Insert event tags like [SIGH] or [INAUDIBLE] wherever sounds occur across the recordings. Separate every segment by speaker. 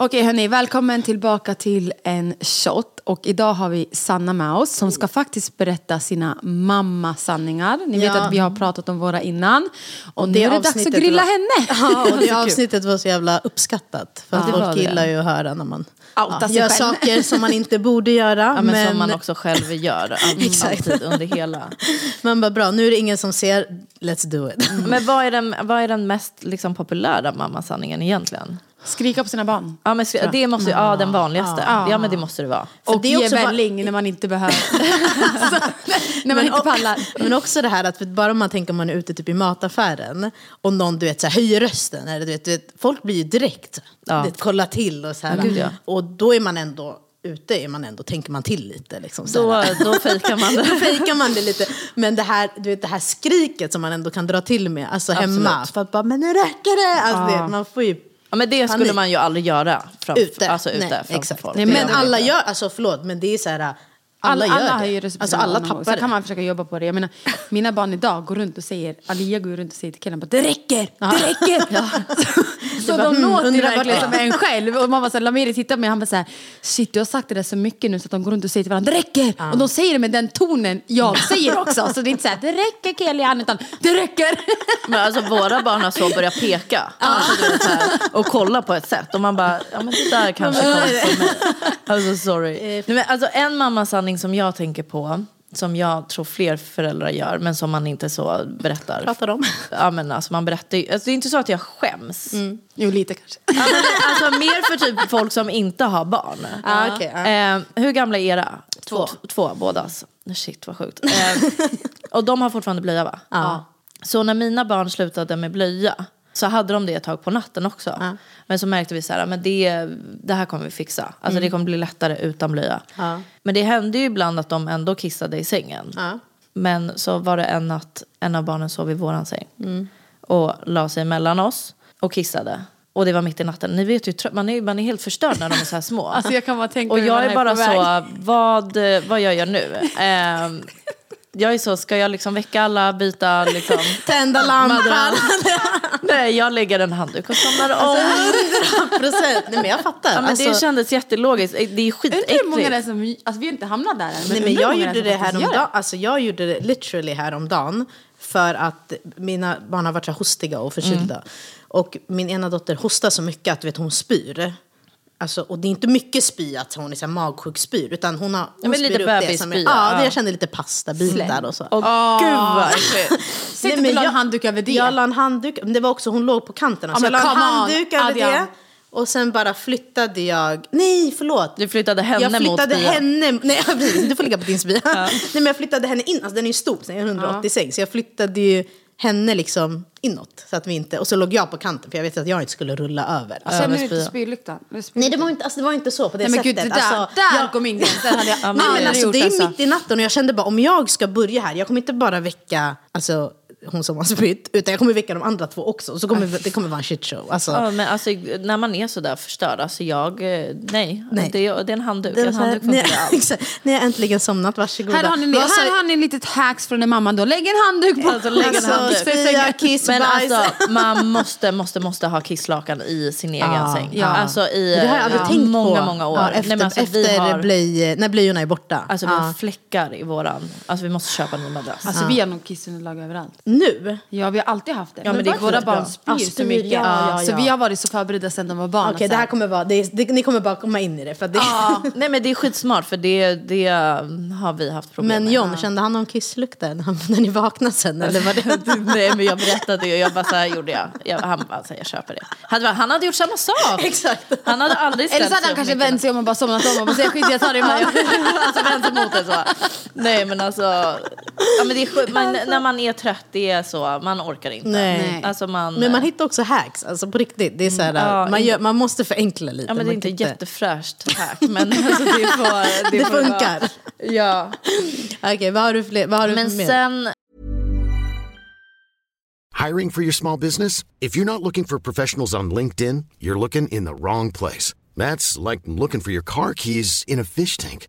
Speaker 1: Okej hörni, välkommen tillbaka till en shot. Och idag har vi Sanna med oss som ska faktiskt berätta sina mammasanningar. Ni vet
Speaker 2: Ja.
Speaker 1: att vi har pratat om våra innan. Och, nu
Speaker 2: det
Speaker 1: är det dags att
Speaker 2: avsnittet
Speaker 1: grilla
Speaker 2: var-
Speaker 1: henne.
Speaker 2: [LAUGHS] Ja, och det
Speaker 1: [LAUGHS] Så kul.
Speaker 2: avsnittet var så jävla uppskattat. För att
Speaker 1: Ja, det var
Speaker 2: folk
Speaker 1: det.
Speaker 2: gillar ju att höra när man
Speaker 1: Outa sig
Speaker 2: gör
Speaker 1: själv.
Speaker 2: saker som man inte borde göra.
Speaker 1: [LAUGHS]
Speaker 3: Ja, men,
Speaker 2: men
Speaker 3: som man också själv [LAUGHS] gör all, alltid under hela.
Speaker 2: [LAUGHS] man bara, bra, nu är det ingen som ser, let's do it.
Speaker 3: [LAUGHS]
Speaker 1: Mm.
Speaker 2: [LAUGHS]
Speaker 3: Men vad är den, vad är den mest liksom, populära mammasanningen egentligen?
Speaker 1: Skrika på sina barn.
Speaker 2: Alltså,
Speaker 3: Ja, men, sk- det måste, ju- ja, den vanligaste. Ja, men det måste det vara.
Speaker 2: För
Speaker 1: Och
Speaker 2: det är
Speaker 1: ge
Speaker 2: också bara-
Speaker 1: välling när man inte
Speaker 2: [LAUGHS]
Speaker 1: behöver. [LAUGHS] Alltså, när man inte
Speaker 2: och-
Speaker 1: pallar.
Speaker 2: [LAUGHS] men också det här att bara om man tänker om man är ute typ i mataffären och någon du vet, så här, höjer rösten. Eller, du vet, du vet, folk blir ju direkt,
Speaker 3: Ja.
Speaker 2: du vet, kolla till och så här.
Speaker 3: Ja, gud, ja.
Speaker 2: Och då är man ändå ute, är man ändå, tänker man till lite. Liksom, så
Speaker 3: Då,
Speaker 2: här.
Speaker 3: då fejkar [LAUGHS] man
Speaker 2: Då
Speaker 3: det.
Speaker 2: fejkar man det lite. Men det här, du vet, det här skriket som man ändå kan dra till med, alltså hemma.
Speaker 3: Absolut.
Speaker 2: För att bara, men nu räcker det! Alltså, det, man får ju
Speaker 3: Ja, men det skulle
Speaker 2: Panik.
Speaker 3: man ju aldrig göra framför,
Speaker 2: ute.
Speaker 3: Alltså, ute
Speaker 2: Nej,
Speaker 3: framför
Speaker 2: exakt.
Speaker 3: folk.
Speaker 2: Nej,
Speaker 3: Det
Speaker 2: men
Speaker 3: gör man
Speaker 2: alla
Speaker 3: inte.
Speaker 2: gör, alltså förlåt, men det är så här, alla,
Speaker 1: Alla,
Speaker 2: gör
Speaker 1: alla
Speaker 2: det.
Speaker 1: har ju respekt
Speaker 2: Alltså
Speaker 1: för
Speaker 2: alla
Speaker 1: varandra.
Speaker 2: tappar
Speaker 1: Så kan
Speaker 2: det.
Speaker 1: man försöka jobba på det. Jag menar, mina barn idag går runt och säger, Alia går runt och säger till killarna bara, det räcker, det räcker. [LAUGHS] Så, så de
Speaker 2: mm,
Speaker 1: låter ju
Speaker 2: undrar vart
Speaker 1: verkligen
Speaker 2: det-
Speaker 1: som en själv. Och mamma såhär, Lamiri tittar på mig han bara såhär, shit du har sagt det där så mycket nu så att de går runt och säger till varandra, det räcker. Och de säger det med den tonen jag säger också. Så det är inte såhär, det räcker Kelian, utan det
Speaker 2: [LAUGHS]
Speaker 1: räcker.
Speaker 3: Men alltså våra barn har så börjat peka alltså, du vet, så här, och kolla på ett sätt. Och man bara, ja men det där kanske kommer från mig. Alltså sorry.
Speaker 2: Eh,
Speaker 3: Nej, men alltså, en mammasanning som jag tänker på, som jag tror fler föräldrar gör, men som man inte så berättar.
Speaker 2: Pratar [LAUGHS] om.
Speaker 3: Ja men alltså man berättar ju, alltså, det är inte så att jag skäms.
Speaker 2: Mm.
Speaker 1: Jo lite
Speaker 3: [LAUGHS]
Speaker 1: kanske.
Speaker 3: Ja, men, alltså mer för typ folk som inte har barn.
Speaker 2: Ah, okej, ja.
Speaker 3: Eh, hur gamla är era? Två. Två, bådas. Shit vad [LAUGHS] sjukt. Eh, och de har fortfarande blöja va? Ja. Så när mina barn slutade med blöja så hade de det ett tag på natten också. Men så märkte vi så här, men det, det här kommer vi fixa. Alltså det kommer bli lättare utan blöja. Men det hände ju ibland att de ändå kissade i sängen. Men så var det en natt, en av barnen sov i våran säng. Och la sig mellan oss och kissade. Och det var mitt i natten. Ni vet ju, trö- man är, man är helt förstörd när de är så här små.
Speaker 1: Alltså, jag kan bara tänka
Speaker 3: och
Speaker 1: mig
Speaker 3: jag
Speaker 1: vad
Speaker 3: är
Speaker 1: det
Speaker 3: bara
Speaker 1: är på
Speaker 3: så, vad, eh, vad gör jag nu? Ehm, jag är så, ska jag liksom väcka alla,
Speaker 2: [LAUGHS]
Speaker 3: byta liksom?
Speaker 2: Tända lampan.
Speaker 3: Nej, jag lägger en handduk och somnar om.
Speaker 2: [LAUGHS] Procent. Nej men jag fattar.
Speaker 3: ja, men
Speaker 2: alltså,
Speaker 3: det kändes jättelogiskt. Eh, Det är
Speaker 1: Undrar hur många det är
Speaker 3: skitäckligt.
Speaker 1: som, alltså vi har inte hamnat där än.
Speaker 2: nej,
Speaker 1: undrar
Speaker 2: men
Speaker 1: hur
Speaker 2: jag
Speaker 1: många
Speaker 2: gjorde
Speaker 1: är
Speaker 2: det
Speaker 1: som faktiskt gör
Speaker 2: häromdagen. Alltså, jag gjorde det literally häromdagen. För att mina barn har varit så här hostiga och förkylda. Och min ena dotter hostar så mycket att du vet, hon spyr. Alltså, och det är inte mycket spy att hon är så här magsjuk spyr. Utan hon, har, hon
Speaker 3: men
Speaker 2: spyr
Speaker 3: lite
Speaker 2: upp det
Speaker 3: bebisspya,
Speaker 2: som är... Ja,
Speaker 3: ja.
Speaker 2: det, jag kände lite pastabitar och så.
Speaker 3: Och gud
Speaker 1: [LAUGHS]
Speaker 3: vad äckligt.
Speaker 1: Sitter du och la en handduk över det?
Speaker 2: Jag la en handduk, men det var också, hon låg på kanten.
Speaker 1: Ja,
Speaker 2: så
Speaker 1: men
Speaker 2: jag la en
Speaker 1: come on,
Speaker 2: handduk över
Speaker 1: Adrian.
Speaker 2: det. Och sen bara flyttade jag, nej förlåt.
Speaker 3: Du flyttade henne
Speaker 2: jag flyttade
Speaker 3: mot bian.
Speaker 2: henne, nej [LAUGHS] precis, du får ligga på din spya. [LAUGHS] Nej men jag flyttade henne in, alltså den är ju stor, den är 186. Så jag flyttade ju henne liksom inåt. Så att vi inte, och så låg jag på kanten för jag vet att jag inte skulle rulla över. Alltså,
Speaker 1: Känner du
Speaker 3: Överspya.
Speaker 1: inte spylyktan?
Speaker 2: Nej det var, inte, alltså, det var inte så på det
Speaker 1: Nej men
Speaker 2: sättet.
Speaker 1: gud, det där,
Speaker 2: alltså,
Speaker 1: där
Speaker 2: jag-
Speaker 1: går min gräns. Det hade jag
Speaker 3: Ja, men-
Speaker 1: aldrig
Speaker 2: Nej, men alltså,
Speaker 1: gjort.
Speaker 2: det är
Speaker 1: alltså.
Speaker 2: mitt i natten och jag kände bara om jag ska börja här, jag kommer inte bara väcka alltså, hon som har spytt, utan jag kommer väcka de andra två också. Och Så kommer, det kommer vara en shitshow. Alltså,
Speaker 3: Ja, men alltså, när man är så där förstörd, alltså jag, eh, nej.
Speaker 2: Nej.
Speaker 3: Det, är- det är en handduk.
Speaker 2: det var
Speaker 3: en
Speaker 2: så här, [LAUGHS]
Speaker 3: handduk
Speaker 2: ni,
Speaker 3: funkar allt.
Speaker 2: exakt. ni har äntligen somnat, varsågoda.
Speaker 1: Här har ni,
Speaker 2: Vad sa-
Speaker 1: här har ni ett litet hacks från en mamma då. Lägg en handduk på.
Speaker 3: Alltså, lägg en
Speaker 2: alltså- Alltså,
Speaker 3: handduk.
Speaker 2: spya, kiss,
Speaker 3: Men
Speaker 2: bajs.
Speaker 3: alltså, man måste, måste, måste ha kisslakan i sin egen säng.
Speaker 1: ja.
Speaker 3: Alltså i
Speaker 2: Ah. det har jag aldrig
Speaker 3: ja,
Speaker 2: tänkt
Speaker 3: många,
Speaker 2: på.
Speaker 3: många år.
Speaker 2: Ja, efter
Speaker 3: Nej, men alltså, vi
Speaker 2: efter
Speaker 3: har,
Speaker 2: blöj, när blöjorna är borta.
Speaker 3: alltså, vi
Speaker 2: Ja.
Speaker 3: har fläckar i våran, alltså vi måste köpa en ny madrass.
Speaker 1: Alltså vi har nog kissunderlag överallt.
Speaker 2: Nej, nu?
Speaker 1: Ja, vi har alltid haft det.
Speaker 2: Ja, men det är
Speaker 1: våra
Speaker 2: skitbra.
Speaker 1: barn spyr
Speaker 2: Ja,
Speaker 1: så
Speaker 2: spyr,
Speaker 1: mycket.
Speaker 2: ja, ja,
Speaker 1: Så
Speaker 2: ja.
Speaker 1: vi har varit så förberedda sedan de var barn.
Speaker 2: Okej, det här kommer vara, det är, det, ni kommer bara komma in i det. För att det
Speaker 3: Ja, Alltså, nej men det är skitsmart för det, det um, har vi haft
Speaker 2: [LAUGHS]
Speaker 3: problem
Speaker 2: Men
Speaker 3: med.
Speaker 2: John, kände han någon kisslukter när, han- [LAUGHS] när ni vaknade sen? Eller var det...
Speaker 3: Nej men jag berättade det och jag bara så här gjorde jag. jag han bara så här, jag köper det. Han, bara, han hade gjort samma sak.
Speaker 2: Exakt.
Speaker 3: Han hade aldrig
Speaker 1: Eller så
Speaker 3: ställt
Speaker 1: hade
Speaker 3: sig
Speaker 1: han
Speaker 3: upp
Speaker 1: kanske
Speaker 3: mitt i
Speaker 1: vänt sig om och bara somnat om och bara säger skit jag tar det imorgon.
Speaker 3: [LAUGHS] alltså vänt sig mot det så. Nej men alltså, ja, men det är sjukt. man, när man är trött det är så, man orkar inte.
Speaker 2: Nej.
Speaker 3: Alltså man,
Speaker 2: Men man hittar också hacks, alltså på riktigt. Det är så här,
Speaker 3: Mm. Ja,
Speaker 2: man, gör, man måste förenkla lite.
Speaker 3: ja, men det
Speaker 2: man
Speaker 3: är inte
Speaker 2: kan
Speaker 3: jättefräscht hack men [LAUGHS] alltså, det, får,
Speaker 2: Det
Speaker 3: får vara-
Speaker 2: funkar.
Speaker 3: Ja.
Speaker 2: Okej, vad har du, fler, vad har du
Speaker 3: Men
Speaker 2: mer?
Speaker 3: sen,
Speaker 4: Hiring for your small business? If you're not looking for professionals on LinkedIn, you're looking in the wrong place. That's like looking for your car keys in a fish tank.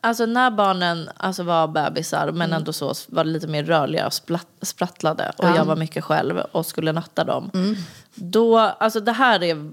Speaker 3: alltså när barnen alltså, var bebisar men ändå så var det lite mer rörliga och splatt, sprattlade och jag var mycket själv och skulle natta dem.
Speaker 1: Mm.
Speaker 3: Då, alltså det här är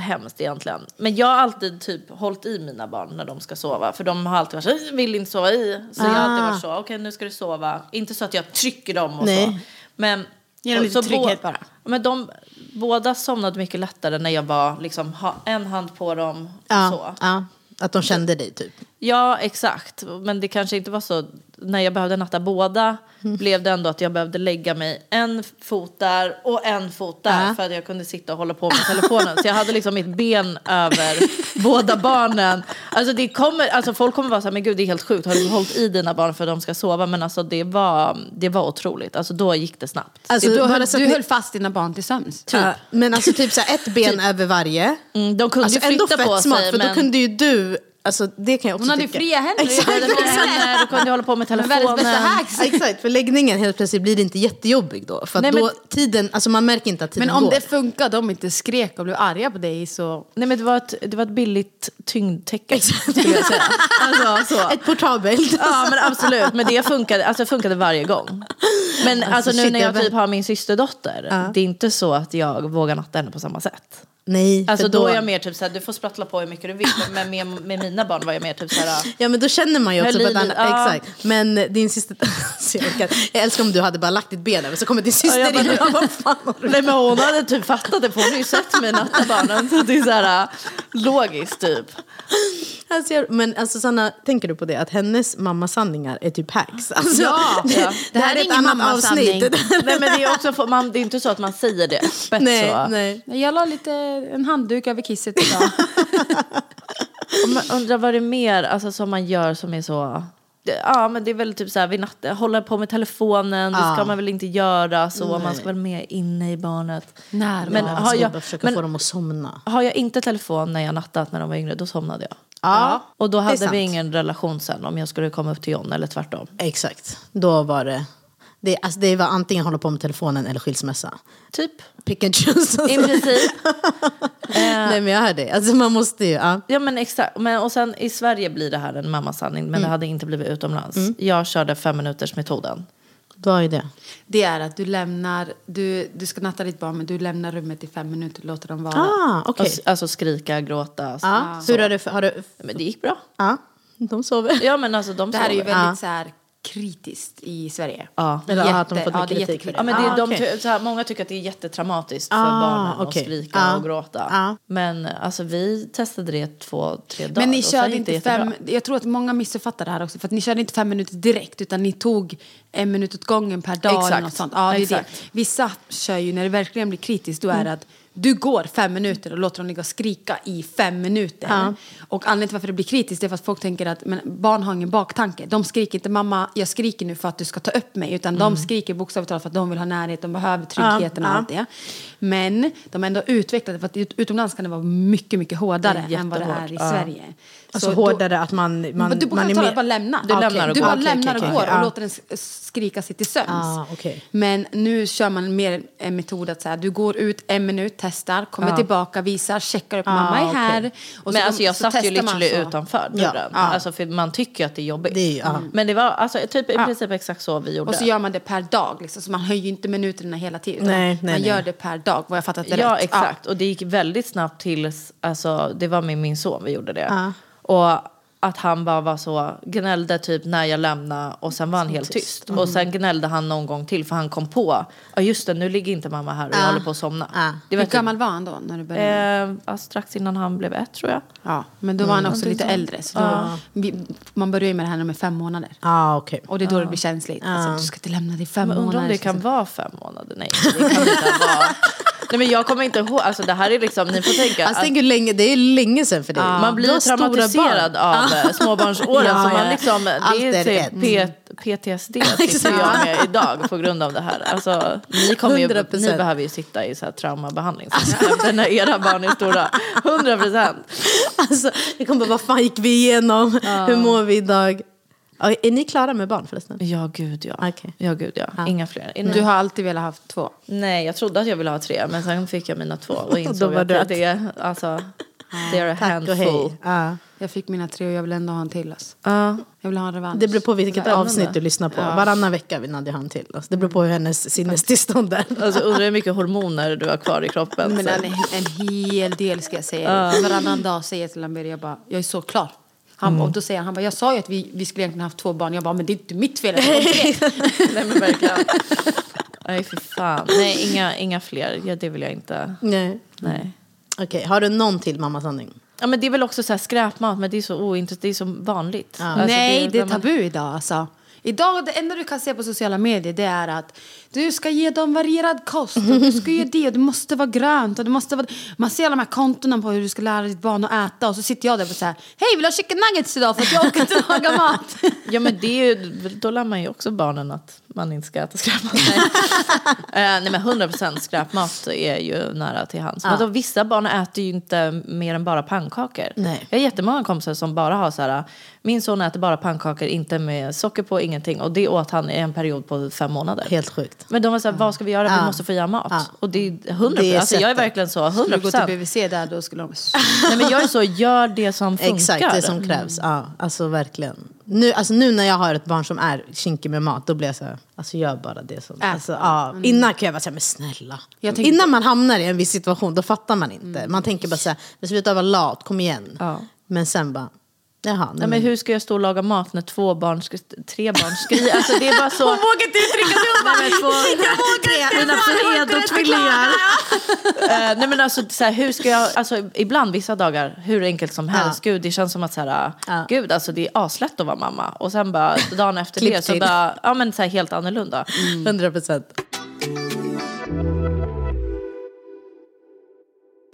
Speaker 3: hemskt egentligen. Men jag har alltid typ hållit i mina barn när de ska sova. För de har alltid varit så "Ih, vill inte sova i. Så jag har alltid varit
Speaker 1: Ah.
Speaker 3: så, okej nu ska du sova. Inte så att jag trycker dem och så.
Speaker 2: Nej.
Speaker 3: Men,
Speaker 1: Genom
Speaker 3: och
Speaker 1: lite
Speaker 3: så
Speaker 1: trygghet
Speaker 3: bå-
Speaker 1: bara.
Speaker 3: Men de, båda somnade mycket lättare när jag var liksom, ha en hand på dem och så.
Speaker 2: ja, ja, att de kände dig typ.
Speaker 3: Ja, exakt. Men det kanske inte var så. När jag behövde natta båda
Speaker 2: Mm.
Speaker 3: blev det ändå att jag behövde lägga mig en fot där och en fot där
Speaker 2: Ja.
Speaker 3: för att jag kunde sitta och hålla på med telefonen. så jag hade liksom mitt ben
Speaker 2: [LAUGHS]
Speaker 3: över båda barnen. Alltså, det kommer, alltså folk kommer vara så här, men gud det är helt sjukt. Har du hållit i dina barn för att de ska sova? Men alltså det var, det var otroligt. Alltså då gick det snabbt.
Speaker 2: Alltså,
Speaker 1: du
Speaker 2: bara
Speaker 1: höll,
Speaker 2: så att
Speaker 1: du
Speaker 2: ni-
Speaker 1: höll fast dina barn till sömns.
Speaker 2: Ja, men alltså typ så här, ett ben över varje.
Speaker 3: Mm, de kunde
Speaker 2: Alltså
Speaker 3: ju flytta
Speaker 2: ändå fett
Speaker 3: på sig.
Speaker 2: smart, för
Speaker 3: men...
Speaker 2: då kunde ju du, alltså det kan jag också
Speaker 1: Hon hade ju
Speaker 2: tycka.
Speaker 1: fria händer.
Speaker 3: Du
Speaker 2: [LAUGHS]
Speaker 3: hade mina händer, du kunde hålla på med
Speaker 1: Men världens bästa
Speaker 3: telefonen.
Speaker 1: hack.
Speaker 2: Ja, Exakt, för läggningen helt plötsligt blir det inte jättejobbig då. För att
Speaker 3: Nej, men-
Speaker 2: då tiden, alltså man märker inte att tiden
Speaker 1: Men om
Speaker 2: går.
Speaker 1: det funkar, de inte skrek och blev arga på dig så...
Speaker 3: Nej men det var ett, det var ett billigt tyngdtäcke skulle jag säga. Alltså, så.
Speaker 2: Ett portabelt.
Speaker 3: Ja men absolut, men det funkade, alltså, det funkade varje gång. Men alltså, nu
Speaker 2: shit,
Speaker 3: när jag
Speaker 2: jag vet-
Speaker 3: typ har min systerdotter, det är inte så att jag vågar natta henne på samma sätt.
Speaker 2: Nej, för
Speaker 3: Alltså då, är jag mer typ såhär, du får sprattla på hur mycket du vill, men med, med mina barn var jag mer typ såhär, [LAUGHS]
Speaker 2: Ja men då känner man ju också
Speaker 3: Höll i
Speaker 2: på ett annat...
Speaker 3: lite, ja.
Speaker 2: Exakt. Men eh, din syster... [LAUGHS] Alltså, jag, orkar. jag älskar om du hade bara lagt ditt ben över så kommer din syster
Speaker 3: jag bara-
Speaker 2: in och [LAUGHS] bara, vad fan har du
Speaker 3: Nej men hon hade typ fattat det, för hon har ju sett mig natta barnen, så det är såhär logiskt [LAUGHS] typ.
Speaker 2: Alltså, jag, men alltså Sanna, tänker du på det? Att hennes mammasanningar är typ hacks. Alltså,
Speaker 1: Ja,
Speaker 2: [LAUGHS] det,
Speaker 1: ja.
Speaker 2: det här är ett
Speaker 1: ingen
Speaker 2: annat
Speaker 1: mammasanning.
Speaker 2: avsnitt.
Speaker 3: Nej men det är också, man, det är inte så att man säger det
Speaker 2: [LAUGHS]
Speaker 3: öppet
Speaker 2: nej,
Speaker 3: så.
Speaker 2: nej.
Speaker 1: Jag la lite en handduk över kisset idag. [LAUGHS]
Speaker 3: Och Man undrar vad det är mer alltså, som man gör som är så... Det- Ja, men det är väl typ så här vid natten, hålla på med telefonen, det ska man väl inte göra så, man ska väl mer inne i barnet.
Speaker 1: Närvaro.
Speaker 3: men
Speaker 2: Alltså,
Speaker 3: har
Speaker 2: jag
Speaker 3: jag,
Speaker 2: bara försöka få
Speaker 3: men
Speaker 2: dem att somna.
Speaker 3: har jag inte telefon när jag nattat när de var yngre, då somnade jag.
Speaker 2: Ja,
Speaker 3: Och då
Speaker 2: det är
Speaker 3: hade
Speaker 2: sant.
Speaker 3: vi ingen relation sen om jag skulle komma upp till John eller tvärtom.
Speaker 2: Exakt. Då var det... Det, alltså, det var antingen hålla på med telefonen eller skilsmässa.
Speaker 3: Typ.
Speaker 2: Pick and choose.
Speaker 3: I
Speaker 2: Alltså.
Speaker 3: princip.
Speaker 2: [LAUGHS]
Speaker 3: Eh,
Speaker 2: Nej men jag hör dig. Alltså man måste ju... Ja.
Speaker 3: Ja men exakt. Men, och sen i Sverige blir det här en mammasanning
Speaker 2: Mm.
Speaker 3: men det hade inte blivit utomlands. Jag körde fem minuters metoden.
Speaker 2: Vad är det?
Speaker 1: Det är att du lämnar, du, du ska natta ditt barn men du lämnar rummet i fem minuter och låter dem vara.
Speaker 2: Ah, okej.
Speaker 3: Och s- Alltså skrika, gråta. alltså, så-
Speaker 2: Ja. Hur har du... Har du
Speaker 3: Men det gick bra.
Speaker 2: ja, de sover.
Speaker 3: Ja men alltså de
Speaker 1: Det här är ju
Speaker 3: sover.
Speaker 1: väldigt så här kritiskt i Sverige.
Speaker 3: Ja.
Speaker 2: Eller att de fått
Speaker 1: ja,
Speaker 2: mycket
Speaker 1: det är
Speaker 2: kritik för det.
Speaker 1: jättekritiskt.
Speaker 3: Ja, men det är
Speaker 2: Ah,
Speaker 3: de
Speaker 2: okej.
Speaker 3: ty- så här, många tycker att det är jättetraumatiskt för
Speaker 2: Ah,
Speaker 3: barnen
Speaker 2: okej.
Speaker 3: att skrika
Speaker 2: Ah.
Speaker 3: och gråta.
Speaker 2: Ah.
Speaker 3: Men alltså, vi testade det två, tre dagar.
Speaker 1: Men ni
Speaker 3: och sen
Speaker 1: körde
Speaker 3: gick det
Speaker 1: inte fem...
Speaker 3: jättebra.
Speaker 1: Jag tror att många missuppfattar det här också. För att ni körde inte fem minuter direkt utan ni tog en minut åt gången per dag. Eller
Speaker 3: Exakt.
Speaker 1: något sånt. Ja, det är det.
Speaker 3: Exakt. Mm.
Speaker 1: Vissa kör ju när det verkligen blir kritiskt. Då är det att Du går fem minuter och låter dem ligga och skrika i fem minuter. Och anledningen till varför det blir kritiskt är för att folk tänker att men barn har ingen baktanke. De skriker inte mamma, jag skriker nu för att du ska ta upp mig. Utan
Speaker 3: Mm.
Speaker 1: de skriker bokstavligt talat för att de vill ha närhet, de behöver tryggheten och
Speaker 2: ja.
Speaker 1: allt det. Men de har ändå utvecklat det, för att ut- utomlands kan det vara mycket, mycket hårdare
Speaker 3: Det är
Speaker 1: än vad det är i
Speaker 3: jättehårt, ja.
Speaker 1: Sverige.
Speaker 2: Alltså
Speaker 1: Så då-
Speaker 2: hårdare att man, man,
Speaker 1: du
Speaker 2: man
Speaker 1: borde ta bara lämna.
Speaker 3: Du lämnar och
Speaker 1: du
Speaker 3: går.
Speaker 1: bara
Speaker 3: Ah, Okej, Ah.
Speaker 1: lämnar
Speaker 2: okej,
Speaker 1: och går
Speaker 2: okej,
Speaker 1: och
Speaker 2: ja.
Speaker 1: låter den s- skrika sig till sömns.
Speaker 2: Ah, okej.
Speaker 1: Men nu kör man mer en metod att så här, du går ut en minut, testar, kommer tillbaka, visar, checkar upp mamma är
Speaker 2: okej.
Speaker 1: här. Och
Speaker 3: Ah. men
Speaker 1: så-
Speaker 3: alltså jag
Speaker 1: så
Speaker 3: satt ju
Speaker 1: testar man
Speaker 3: literally
Speaker 1: så. ah.
Speaker 3: utanför dörren. Alltså för man tycker ju att det är jobbigt.
Speaker 2: Det är ju- ja.
Speaker 3: Men det var alltså, typ, i princip exakt så vi gjorde.
Speaker 1: Ah. Och så gör man det per dag, liksom, så man höjer ju inte minuterna hela tiden. utan
Speaker 2: Nej, nej,
Speaker 1: man
Speaker 2: nej.
Speaker 1: gör det per dag, vad jag fattat det
Speaker 3: ja,
Speaker 1: rätt.
Speaker 3: exakt. Och det gick väldigt snabbt tills, alltså, det var med min son vi gjorde det. Och att han bara var så, gnällde typ när jag lämnade och sen var han helt tyst. Och
Speaker 2: Mm.
Speaker 3: sen gnällde han någon gång till för han kom på, ja just det nu ligger inte mamma här och jag håller på att somna.
Speaker 2: Ja.
Speaker 3: Det
Speaker 1: Hur
Speaker 3: var typ,
Speaker 1: gammal var han då när du började?
Speaker 3: eh, alltså, strax innan han blev ett tror jag.
Speaker 1: ja, men då var
Speaker 3: Mm.
Speaker 1: han också lite äldre. Så då, vi, man börjar ju med det här när de är fem månader.
Speaker 2: Ah, okej.
Speaker 1: Och det är då det blir känsligt. Alltså, du ska inte lämna det i fem
Speaker 3: Men undrar
Speaker 1: månader.
Speaker 3: om det kan vara fem månader? Nej, det kan inte
Speaker 2: [LAUGHS]
Speaker 3: vara. Nej men jag kommer inte ihåg, alltså det här är liksom, ni får tänka.
Speaker 2: Alltså, tänk hur länge, det är länge sedan för dig.
Speaker 3: Man blir
Speaker 2: Du
Speaker 3: ju
Speaker 2: har stora
Speaker 3: traumatiserad
Speaker 2: barn.
Speaker 3: av eh,
Speaker 2: [LAUGHS]
Speaker 3: småbarnsåren.
Speaker 2: Ja,
Speaker 3: så man
Speaker 2: ja.
Speaker 3: liksom, det
Speaker 2: Allt
Speaker 3: är,
Speaker 2: är
Speaker 3: typ P- PTSD
Speaker 2: [LAUGHS]
Speaker 3: sitter typ, jag med idag på grund av det här. Alltså, ni, kommer ju,
Speaker 2: 100%.
Speaker 3: ni behöver ju sitta i så här traumabehandling sen efter när era barn är stora. 100 procent.
Speaker 2: [LAUGHS] Alltså, jag kommer bara, vad fan gick vi igenom? Hur mår vi idag? Ja, Är ni klara med barn förresten?
Speaker 3: Ja, gud ja.
Speaker 2: Okej.
Speaker 3: Ja, gud ja. Inga fler.
Speaker 1: Du har alltid velat ha haft två.
Speaker 3: Nej, jag trodde att jag ville ha tre, men sen fick jag mina två
Speaker 2: [LAUGHS]
Speaker 3: och
Speaker 2: Då
Speaker 3: insåg
Speaker 2: var
Speaker 3: att
Speaker 2: du att-
Speaker 3: det är alltså, they are a
Speaker 2: Tack och
Speaker 3: handful.
Speaker 2: hej. Ja.
Speaker 1: Jag fick mina tre och jag vill ändå ha en till. Alltså.
Speaker 3: Ja.
Speaker 1: Jag vill ha en revansch.
Speaker 2: Det beror på vilket
Speaker 3: Spännande.
Speaker 2: avsnitt du lyssnar på. Varannan vecka vill Nadia ha en till. Alltså, det beror på hur hennes sinnestillstånd är.
Speaker 3: Alltså undrar hur mycket hormoner du har kvar i kroppen.
Speaker 1: Men
Speaker 3: så.
Speaker 1: en, en hel del ska jag säga. Varannan dag säger jag till Lambert, jag bara, jag är så klar. Han, Och då säger han, han bara, jag sa ju att vi, vi skulle egentligen haft två barn. Jag bara, men det är inte mitt fel. att det kom
Speaker 3: [LAUGHS]
Speaker 1: tre."
Speaker 3: Nej men verkligen. [LAUGHS] Nej för fan. Nej inga, inga fler. Ja, det vill jag inte.
Speaker 2: [LAUGHS] Nej.
Speaker 3: Nej.
Speaker 2: Okej, har du någon till mammasanning?
Speaker 3: Ja men det är väl också så här skräpmat men det är så ointressant. Det är så vanligt. Alltså,
Speaker 1: Nej, det är [LAUGHS]
Speaker 3: man-
Speaker 1: tabu idag alltså. Idag, det enda du kan se på sociala medier det är att du ska ge dem varierad kost och du ska ge det och det måste vara grönt och det måste vara... Man ser alla de här kontona på hur du ska lära ditt barn att äta och så sitter jag där och så här, hej vill du ha chicken nuggets idag för att jag orkar inte laga mat.
Speaker 3: [LAUGHS] Ja men det är ju, då lär man ju också barnen att man inte ska äta skräpmat. Nej, [LAUGHS] Eh, nej men 100% skräpmat är ju nära till hands. Men då, vissa barn äter ju inte mer än bara pannkakor.
Speaker 2: Nej.
Speaker 3: Jag har jättemånga kompisar som bara har så här, min son äter bara pannkakor, inte med socker på, ingenting. Och det åt han i en period på fem månader.
Speaker 2: Helt sjukt.
Speaker 3: Men de var såhär, vad ska vi göra? Vi
Speaker 2: Ja.
Speaker 3: måste få göra mat.
Speaker 2: Ja.
Speaker 3: Och det är 100
Speaker 2: Det är
Speaker 3: alltså, jag är
Speaker 2: sättet.
Speaker 3: verkligen så,
Speaker 1: Skulle
Speaker 3: 100
Speaker 1: du gå till BVC där då skulle de...
Speaker 3: Nej men jag är så, gör det som funkar.
Speaker 2: Exakt, det som krävs. Ja, alltså verkligen. Nu, alltså, nu när jag har ett barn som är kinkig med mat, då blir jag så här, alltså gör bara det som... Alltså, ja. Innan kan jag vara så här, men snälla.
Speaker 1: Jag tänkte-
Speaker 2: Innan man hamnar i en viss situation, då fattar man inte. Man tänker bara så här, men sluta vara lat, kom igen.
Speaker 3: Ja.
Speaker 2: Men sen bara, jaha.
Speaker 3: Nej men hur ska jag stå och laga mat när två barn, ska, tre barn skriker? Alltså det är bara så. Hon vågar inte uttrycka sig. Nej men två, mina Fredo-tvillingar. Eh, Nej men alltså så här, hur ska jag, alltså ibland vissa dagar hur enkelt som helst. Gud det känns som att så här, gud alltså det är aslätt att vara mamma. Och sen bara dagen efter
Speaker 2: Klipp
Speaker 3: det så
Speaker 2: till. Mm.
Speaker 3: bara, ja men så här, helt annorlunda.
Speaker 2: 100 procent.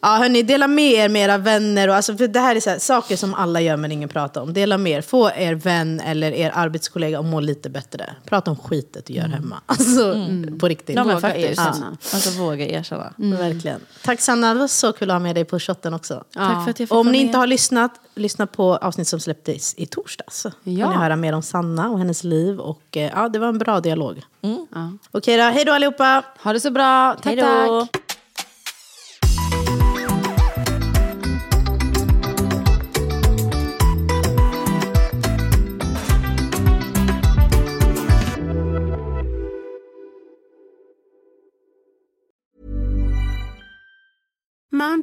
Speaker 2: Ja, hörni, dela med er med era vänner. Och alltså, för det här är så här, saker som alla gör men ingen pratar om. Dela med er. Få er vän eller er arbetskollega att må lite bättre. Prata om skitet du gör hemma. Alltså, på riktigt.
Speaker 3: Mm. Ja men
Speaker 1: Våga
Speaker 3: faktiskt.
Speaker 1: erkänna.
Speaker 3: Alltså våga erkänna.
Speaker 2: Verkligen. Tack Sanna, det var så kul att ha med dig på shotten också.
Speaker 3: Tack för att jag fick
Speaker 2: Och om
Speaker 3: vara
Speaker 2: ni
Speaker 3: med.
Speaker 2: inte har lyssnat, lyssna på avsnitt som släpptes i torsdags. Ja. Får ni
Speaker 1: Ja.
Speaker 2: höra mer om Sanna och hennes liv. Och, eh, ja, det var en bra dialog.
Speaker 3: Mm.
Speaker 2: Okej då, hej då allihopa!
Speaker 1: Ha det så bra, tack
Speaker 3: Hej då.
Speaker 1: tack.
Speaker 5: Mom